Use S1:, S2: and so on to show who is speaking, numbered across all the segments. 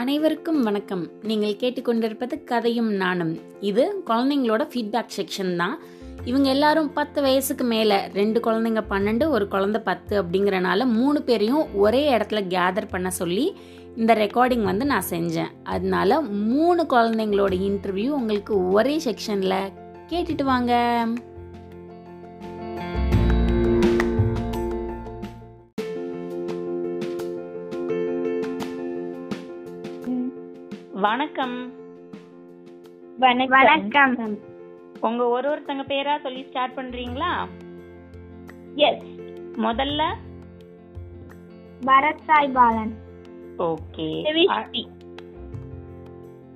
S1: அனைவருக்கும் வணக்கம் நீங்கள் கேட்டுக்கொண்டிருப்பது கதையும் நானும் இது குழந்தைங்களோட ஃபீட்பேக் செக்ஷன் தான் இவங்க எல்லாரும் பத்து வயசுக்கு மேலே ரெண்டு குழந்தைங்க பன்னெண்டு ஒரு குழந்தை பத்து அப்படிங்கிறனால மூணு பேரையும் ஒரே இடத்துல கேதர் பண்ண சொல்லி இந்த ரெக்கார்டிங் வந்து நான் செஞ்சேன் அதனால மூணு குழந்தைங்களோட இன்டர்வியூ உங்களுக்கு ஒரே செக்ஷனில் கேட்டுட்டு வாங்க வணக்கம்
S2: வணக்கம்
S1: உங்க ஒரு ஒருத்தங்க பேரா சொல்லி ஸ்டார்ட் பண்றீங்களா
S2: எஸ்
S1: முதல்ல
S2: பரத் சாய் பாலன்
S1: ஓகே
S2: சிவஸ்ரீ.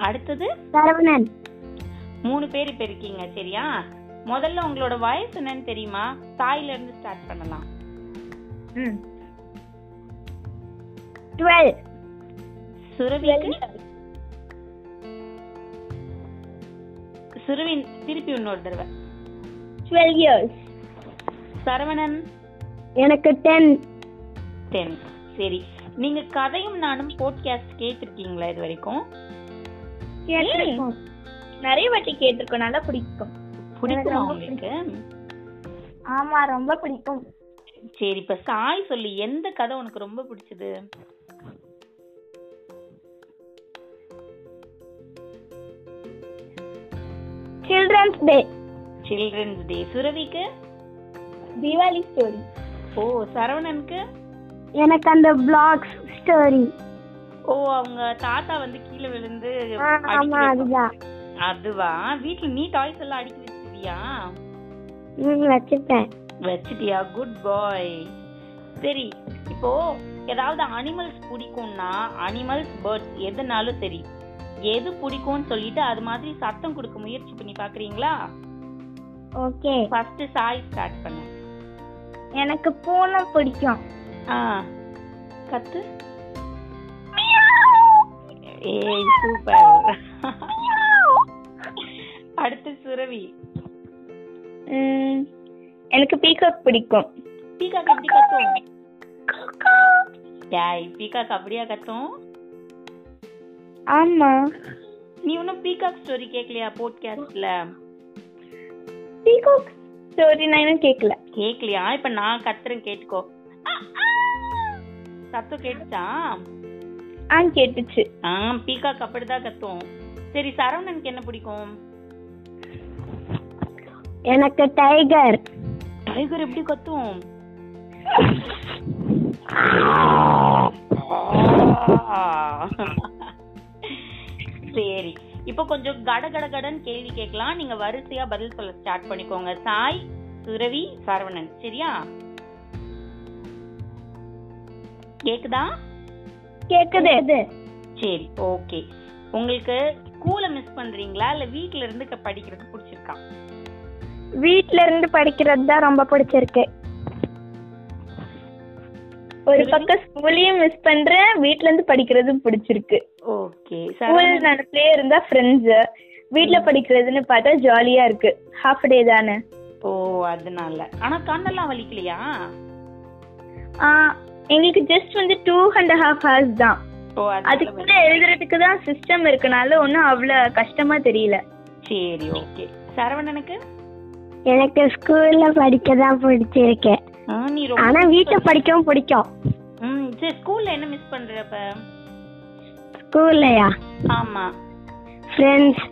S1: அடுத்தது
S2: சரவணன்
S1: மூணு பேர் இப்ப இருக்கீங்க சரியா முதல்ல உங்களோட வயசு என்னன்னு தெரியுமா தாயில இருந்து ஸ்டார்ட் பண்ணலாம்
S2: டுவெல்
S1: சுரவிக்கு சுரவின் திருப்பி இன்னொரு தடவை
S2: டுவெல் இயர்ஸ்
S1: சரவணன்
S2: எனக்கு டென்
S1: டென் சரி நீங்க கதையும் நானும் போட்காஸ்ட் கேட்டிருக்கீங்களா இது வரைக்கும்
S2: கேட்டிருக்கோம் நிறைய வாட்டி கேட்டிருக்கோம் நல்லா பிடிக்கும்
S1: பிடிக்குமா
S2: ரொம்ப
S1: உங்களுக்கு
S2: ஆமா ரொம்ப பிடிக்கும்
S1: சரி இப்ப சாய் சொல்லி எந்த கதை உனக்கு ரொம்ப பிடிச்சது
S2: சில்ட்ரன்ஸ் டே
S1: சில்ட்ரன்ஸ் டே சுரவிக்கு
S2: தீபாவளி ஸ்டோரி
S1: ஓ சரவணனுக்கு
S2: எனக்கு அந்த பிளாக்ஸ் ஸ்டோரி
S1: ஓ அவங்க தாத்தா வந்து கீழே விழுந்து
S2: ஆமா
S1: அடிக்கிறது.
S2: அதுதான்
S1: அதுவா வீட்ல நீ டாய்ஸ் எல்லாம் அடிக்க வச்சிருக்கியா
S2: ம், வச்சுப்பேன்
S1: வச்சிட்டியா குட் பாய் சரி இப்போ ஏதாவது அனிமல்ஸ் பிடிக்கும்னா அனிமல்ஸ் பேர்ட்ஸ் எதுனாலும் சரி எது பிடிக்கும்னு சொல்லிட்டு அது மாதிரி சத்தம் கொடுக்க முயற்சி பண்ணி பாக்குறீங்களா
S2: ஓகே
S1: ஃபர்ஸ்ட் சாய் ஸ்டார்ட் பண்ணு
S2: எனக்கு பூனை பிடிக்கும்
S1: ஆ கத்து ஏய் சூப்பர் அடுத்து சுரவி
S2: ம், எனக்கு பீகாக் பிடிக்கும்
S1: பீகாக் எப்படி கத்தும் ஏய் பீகாக் அப்படியா கத்தும்
S2: ஆமா
S1: நீ இன்னும் பீகாக் ஸ்டோரி கேட்கலையா போட்காஸ்ட்ல
S2: பீகாக் ஸ்டோரி நான் இன்னும் கேட்கல
S1: கேட்கலையா இப்ப நான் கத்துறேன் கேட்டுக்கோ சத்தம் கேட்டுச்சா
S2: ஆ கேட்டுச்சு
S1: ஆ பீகாக் அப்படிதான் கத்தும் சரி சரவணனுக்கு என்ன பிடிக்கும்
S2: எனக்கு டைகர்
S1: டைகர் எப்படி கத்தும் சரி இப்போ கொஞ்சம் கட கட கடன்னு கேள்வி கேட்கலாம் நீங்க வரிசையா பதில் சொல்ல ஸ்டார்ட் பண்ணிக்கோங்க சாய் சுரவி சரவணன் சரியா கேக்குதா
S2: கேக்குது
S1: சரி ஓகே உங்களுக்கு ஸ்கூலை மிஸ் பண்றீங்களா இல்ல வீட்ல இருந்து க- படிக்கிறது பிடிச்சிருக்கா
S2: வீட்ல இருந்து படிக்கிறது தான் ரொம்ப பிடிச்சிருக்கு ஒரு பக்கம் ஸ்கூலையும் மிஸ் பண்றேன் வீட்ல இருந்து படிக்கிறதும் பிடிச்சிருக்கு
S1: ஓகே
S2: ஸ்கூல் நினைப்பிலே இருந்தா ஃப்ரெண்ட்ஸ் வீட்ல படிக்கிறதுன்னு பார்த்தா ஜாலியா இருக்கு ஹாஃப் டே தானே
S1: ஓ அதனால ஆனா கண்ணெல்லாம் வலிக்கலையா
S2: ஆ, எங்களுக்கு ஜஸ்ட் வந்து டூ அண்ட் ஹாஃப் ஹவர்ஸ் தான்
S1: ஓ அதனால
S2: அதுக்குள்ள எழுதுறதுக்கு தான் சிஸ்டம் இருக்கனால ஒன்றும் அவ்வளோ கஷ்டமா தெரியல
S1: வலி- சரி ஓகே சரவணனுக்கு
S2: எனக்கு ஸ்கூல்ல படிக்க தான் பிடிச்சிருக்கேன்
S1: ஆ, நீ ரொம்ப
S2: ஆனா வீட்டுல படிக்கவும் பிடிக்கும்
S1: ம் சரி ஸ்கூல்ல என்ன மிஸ் பண்றப்ப
S2: ஸ்கூல்லையா
S1: ஆமா
S2: ஃப்ரெண்ட்ஸ்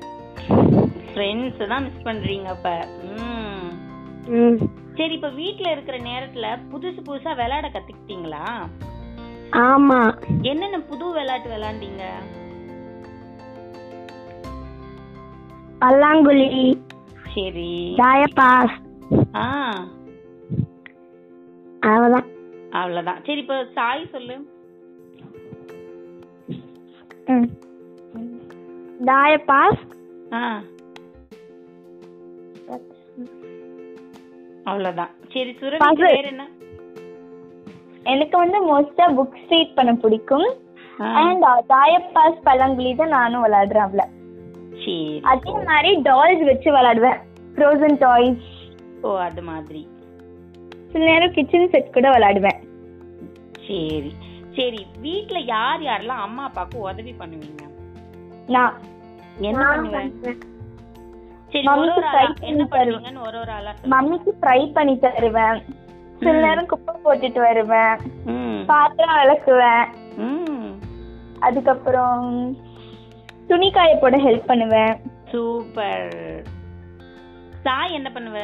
S1: ஃப்ரெண்ட்ஸ் தான் மிஸ் பண்றீங்க அப்ப ம் சரி இப்ப வீட்ல இருக்கிற நேரத்துல புதுசு புதுசா விளையாட கத்துக்கிட்டீங்களா
S2: ஆமா
S1: என்னென்ன புது விளையாட்டு விளையாண்டீங்க
S2: பல்லாங்குழி
S1: சரி
S2: தாயப்பாஸ்
S1: ஆ
S2: அவ்வளோதான்
S1: அவ்வளவுதான் சரி இப்ப சாய் சொல்லு
S2: தாயப்பாஸ்
S1: ஆ அவ்வளவுதான் சரி சுரவி
S2: Puzzle.
S1: வேற என்ன
S2: எனக்கு வந்து மோஸ்டா புக்ஸ் ரீட் பண்ண பிடிக்கும்
S1: ஆ,
S2: அண்ட் தாயப்பாஸ் பல்லாங்குழி தான் நானும் விளையாடுறேன் அவள
S1: சரி
S2: அதே மாதிரி டாய்ஸ் வச்சு விளையாடுவேன் ஃப்ரோசன் டாய்ஸ்
S1: ஓ அது மாதிரி
S2: சில நேரம் கிச்சன் செட் கூட விளையாடுவேன்
S1: சரி சரி வீட்ல யார் யாரெல்லாம் அம்மா அப்பாவுக்கு உதவி பண்ணுவீங்க
S2: நான்
S1: என்ன பண்ணுவேன் சரி ஒரு
S2: Mummy
S1: ஒரு ஆளா என்ன
S2: க்கு fry பண்ணி
S1: பண்ணுவீங்கன்னு
S2: தருவேன்.
S1: ஒரு ஒரு ஆளா சொல்லுங்க.
S2: மம்மிக்கு ஃப்ரை பண்ணி தருவேன் சில
S1: ம்.
S2: நேரம் குப்பை போட்டுட்டு வருவேன்
S1: ம்,
S2: பாத்திரம் விளக்குவேன்
S1: ம்.
S2: அதுக்கப்புறம் துணி காய போட ஹெல்ப் பண்ணுவேன்
S1: சூப்பர் சாய் என்ன பண்ணுவ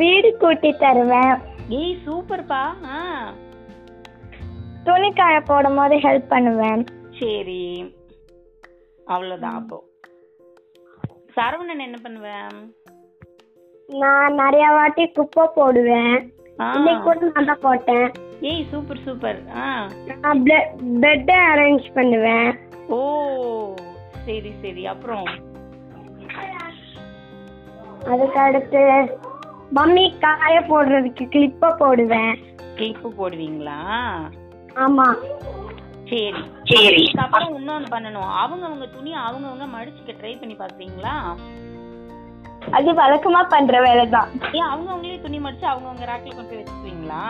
S2: வீடு கூட்டி தருவேன்
S1: ஏய் சூப்பர்ப்பா ஆ
S2: துணி காய போடும் போது ஹெல்ப் பண்ணுவேன்
S1: சரி அவ்வளவுதான் அப்போ சரவணன் என்ன பண்ணுவேன்
S2: நான் நிறைய வாட்டி குப்பை போடுவேன்
S1: ஆ.
S2: நான் தான் போட்டேன்
S1: ஏய் சூப்பர் சூப்பர் ஆ
S2: நான் பெட்டை அரேஞ்ச் பண்ணுவேன்
S1: ஓ சரி சரி அப்புறம்
S2: அதுக்கு அடுத்து மம்மி காய போடுறதுக்கு கிளிப்பை போடுவேன்
S1: கிளிப்பு போடுவீங்களா
S2: ஆமா
S1: சரி சரி அப்புறம் இன்னொன்னு பண்ணணும் அவங்க அவங்க துணி அவங்க அவங்க மடிச்சுக்க ட்ரை பண்ணி பாக்குறீங்களா
S2: அது வழக்கமா பண்ற வேலை தான்
S1: ஏன் அவங்க அவங்களே துணி மடிச்சு அவங்க அவங்க ரேக்ல கொண்டு போய் வச்சுக்குவீங்களா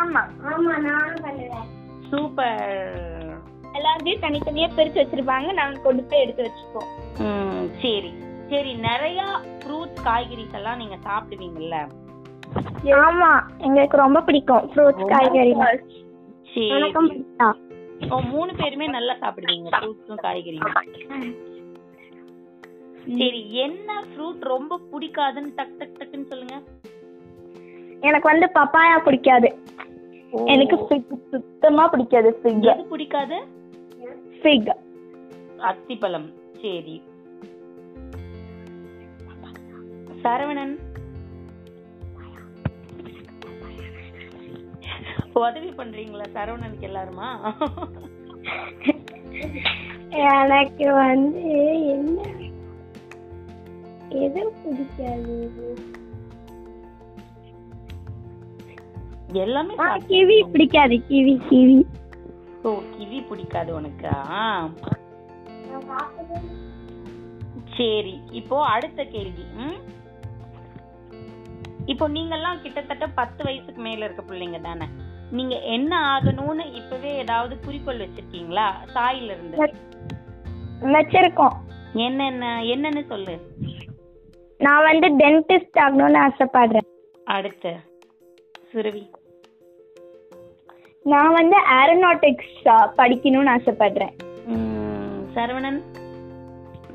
S2: ஆமா ஆமா நானும் பண்ணுவேன்
S1: சூப்பர்
S2: எல்லாத்தையும் தனித்தனியா பிரிச்சு வச்சிருப்பாங்க நாங்க கொண்டு போய் எடுத்து வச்சுப்போம்
S1: ம் சரி சரி நிறைய ஃப்ரூட்ஸ் காய்கறிஸ் எல்லாம் நீங்க சாப்பிடுவீங்கல்ல
S2: ஆமா எங்களுக்கு ரொம்ப பிடிக்கும் ஃப்ரூட்ஸ் காய்கறி
S1: சரி
S2: எனக்கும் பிடிக்கும்
S1: ஓ மூணு பேருமே நல்லா சாப்பிடுவீங்க ஃப்ரூட்ஸும் காய்கறியும் சரி என்ன ஃப்ரூட் ரொம்ப பிடிக்காதுன்னு டக் டக் டக்குன்னு சொல்லுங்க
S2: எனக்கு வந்து பப்பாயா பிடிக்காது எனக்கு ஃபிக் சுத்தமா பிடிக்காது ஃபிக்
S1: எது பிடிக்காது
S2: ஃபிக்
S1: அத்திப்பழம் சரி சரவணன் உதவி பண்றீங்களா சரவணனுக்கு எல்லாருமா
S2: எனக்கு வந்து என்ன எது பிடிக்காது
S1: எல்லாமே சாப்பிடு.
S2: கிவி பிடிக்காது கிவி கிவி
S1: ஓ கிவி பிடிக்காது உனக்கா சரி இப்போ அடுத்த கேள்வி ம்? இப்போ நீங்கெல்லாம் கிட்டத்தட்ட பத்து வயசுக்கு மேல இருக்க பிள்ளைங்க தானே நீங்க என்ன ஆகணும்னு இப்பவே ஏதாவது குறிக்கோள் வச்சிருக்கீங்களா சாயில இருந்து
S2: வச்சிருக்கோம்
S1: என்னென்ன என்னன்னு சொல்லு
S2: நான் வந்து டென்டிஸ்ட் ஆகணும்னு ஆசைப்படுறேன்
S1: அடுத்து சுரவி
S2: நான் வந்து ஏரோநாட்டிக்ஸ் படிக்கணும்னு ஆசைப்படுறேன்
S1: உம், சரவணன்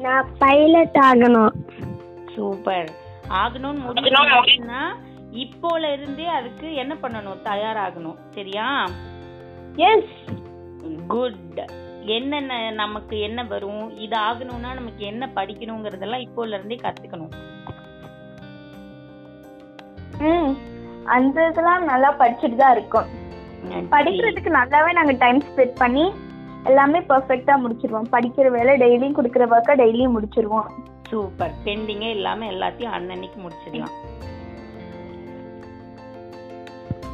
S2: நான் பைலட் ஆகணும்
S1: சூப்பர் ஆகணும்னு முடிக்கணும்னா இப்போல இருந்தே அதுக்கு என்ன பண்ணணும் தயாராகணும் சரியா
S2: எஸ்
S1: குட் என்னென்ன நமக்கு என்ன வரும் இது ஆகணும்னா நமக்கு என்ன படிக்கணுங்கிறதெல்லாம் இப்போல இருந்தே கத்துக்கணும்
S2: ம் அந்த இதெல்லாம் நல்லா படிச்சுட்டு தான் இருக்கோம்
S1: நன்றி.
S2: படிக்கிறதுக்கு நல்லாவே நாங்க டைம் ஸ்பெண்ட் பண்ணி எல்லாமே பெர்ஃபெக்ட்டா முடிச்சிருவோம் படிக்கிற வேலை டெய்லியும் கொடுக்குற ஒர்க்கை டெய்லியும் முடிச்சிருவோம்
S1: சூப்பர் பெண்டிங்கே இல்லாம எல்லாத்தையும் அன்னன்னைக்கு முடிச்சிடலாம்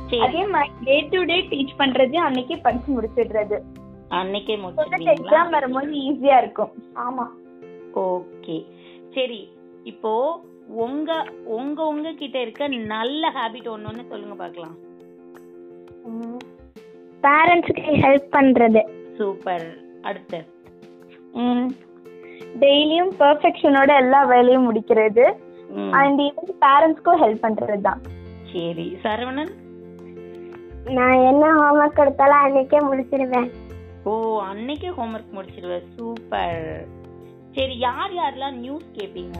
S1: சரி
S2: அதே மாதிரி டே டு டே டீச் பண்றது அன்னைக்கே படிச்சு முடிச்சிடுறது
S1: அன்னைக்கே முடிச்சிடுவீங்களா
S2: எக்ஸாம் வரும்போது ஈஸியா இருக்கும் ஆமா
S1: ஓகே சரி இப்போ உங்க உங்க உங்க கிட்ட இருக்க நல்ல ஹாபிட் ஒன்னொன்னு சொல்லுங்க பார்க்கலாம்
S2: பேரண்ட்ஸ்க்கு ஹெல்ப் பண்றது
S1: சூப்பர் அடுத்து
S2: டெய்லியும் பெர்ஃபெக்ஷனோட எல்லா வேலையும் முடிக்கிறது
S1: ம்,
S2: அண்ட் ஈவன் பேரண்ட்ஸ்க்கும் ஹெல்ப் பண்றது தான்
S1: சரி சரவணன்
S2: நான் என்ன ஹோம்ஒர்க் கொடுத்தாலும் அன்னைக்கே முடிச்சிருவேன்
S1: ஓ அன்னைக்கே ஹோம்ஒர்க் முடிச்சிடுவ சூப்பர் சரி யார் யாரெல்லாம் நியூஸ் கேப்பீங்க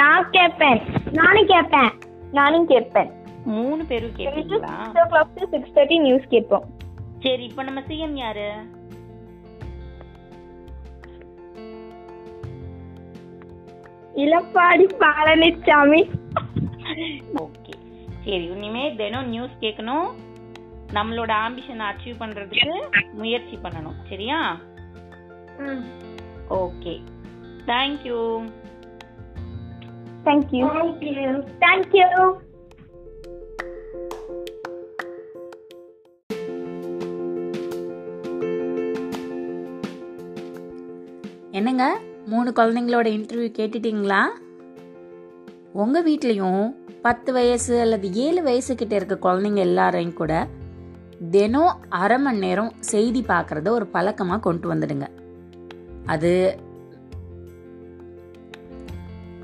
S2: நான் கேட்பேன் நானும் கேட்பேன் நானும் கேட்பேன்
S1: மூணு பேரும் கேப்பீங்களா
S2: six o'clock to six thirty news கேட்போம்
S1: சரி இப்போ நம்ம சிஎம் யாரு
S2: இளப்பாடி பழனிசாமி
S1: ஓகே சரி இனிமே தினம் நியூஸ் கேட்கணும் நம்மளோட ஆம்பிஷனை அச்சீவ் பண்றதுக்கு முயற்சி பண்ணணும் சரியா ஓகே தேங்க்யூ
S2: தேங்க்யூ தேங்க்யூ
S3: என்னங்க மூணு குழந்தைங்களோட இன்டர்வியூ கேட்டுட்டீங்களா உங்கள் வீட்லேயும் பத்து வயசு அல்லது ஏழு வயசுக்கிட்ட இருக்க குழந்தைங்க எல்லாரையும் கூட
S1: தினம் அரை மணி நேரம் செய்தி பார்க்குறத ஒரு பழக்கமாக கொண்டு வந்துடுங்க அது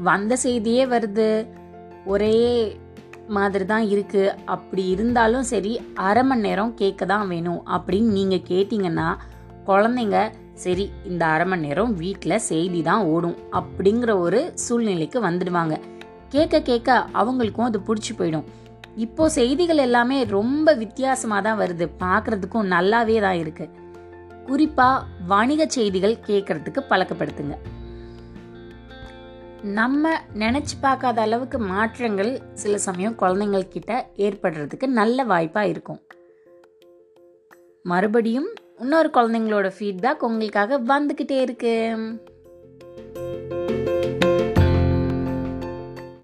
S1: வந்த செய்தியே வருது ஒரே மாதிரி தான் இருக்கு அப்படி இருந்தாலும் சரி அரை மணி நேரம் கேட்க தான் வேணும் அப்படின்னு நீங்கள் கேட்டிங்கன்னா குழந்தைங்க சரி இந்த அரை மணி நேரம் வீட்டில் செய்தி தான் ஓடும் அப்படிங்கிற ஒரு சூழ்நிலைக்கு வந்துடுவாங்க கேட்க கேட்க அவங்களுக்கும் அது பிடிச்சி போயிடும் இப்போ செய்திகள் எல்லாமே ரொம்ப வித்தியாசமாக தான் வருது பார்க்குறதுக்கும் நல்லாவே தான் இருக்கு குறிப்பாக வணிக செய்திகள் கேட்கறதுக்கு பழக்கப்படுத்துங்க நம்ம நினச்சி பார்க்காத அளவுக்கு மாற்றங்கள் சில சமயம் குழந்தைங்கள் கிட்ட ஏற்படுறதுக்கு நல்ல வாய்ப்பாக இருக்கும் மறுபடியும் இன்னொரு குழந்தைங்களோட ஃபீட்பேக் உங்களுக்காக வந்துக்கிட்டே இருக்கு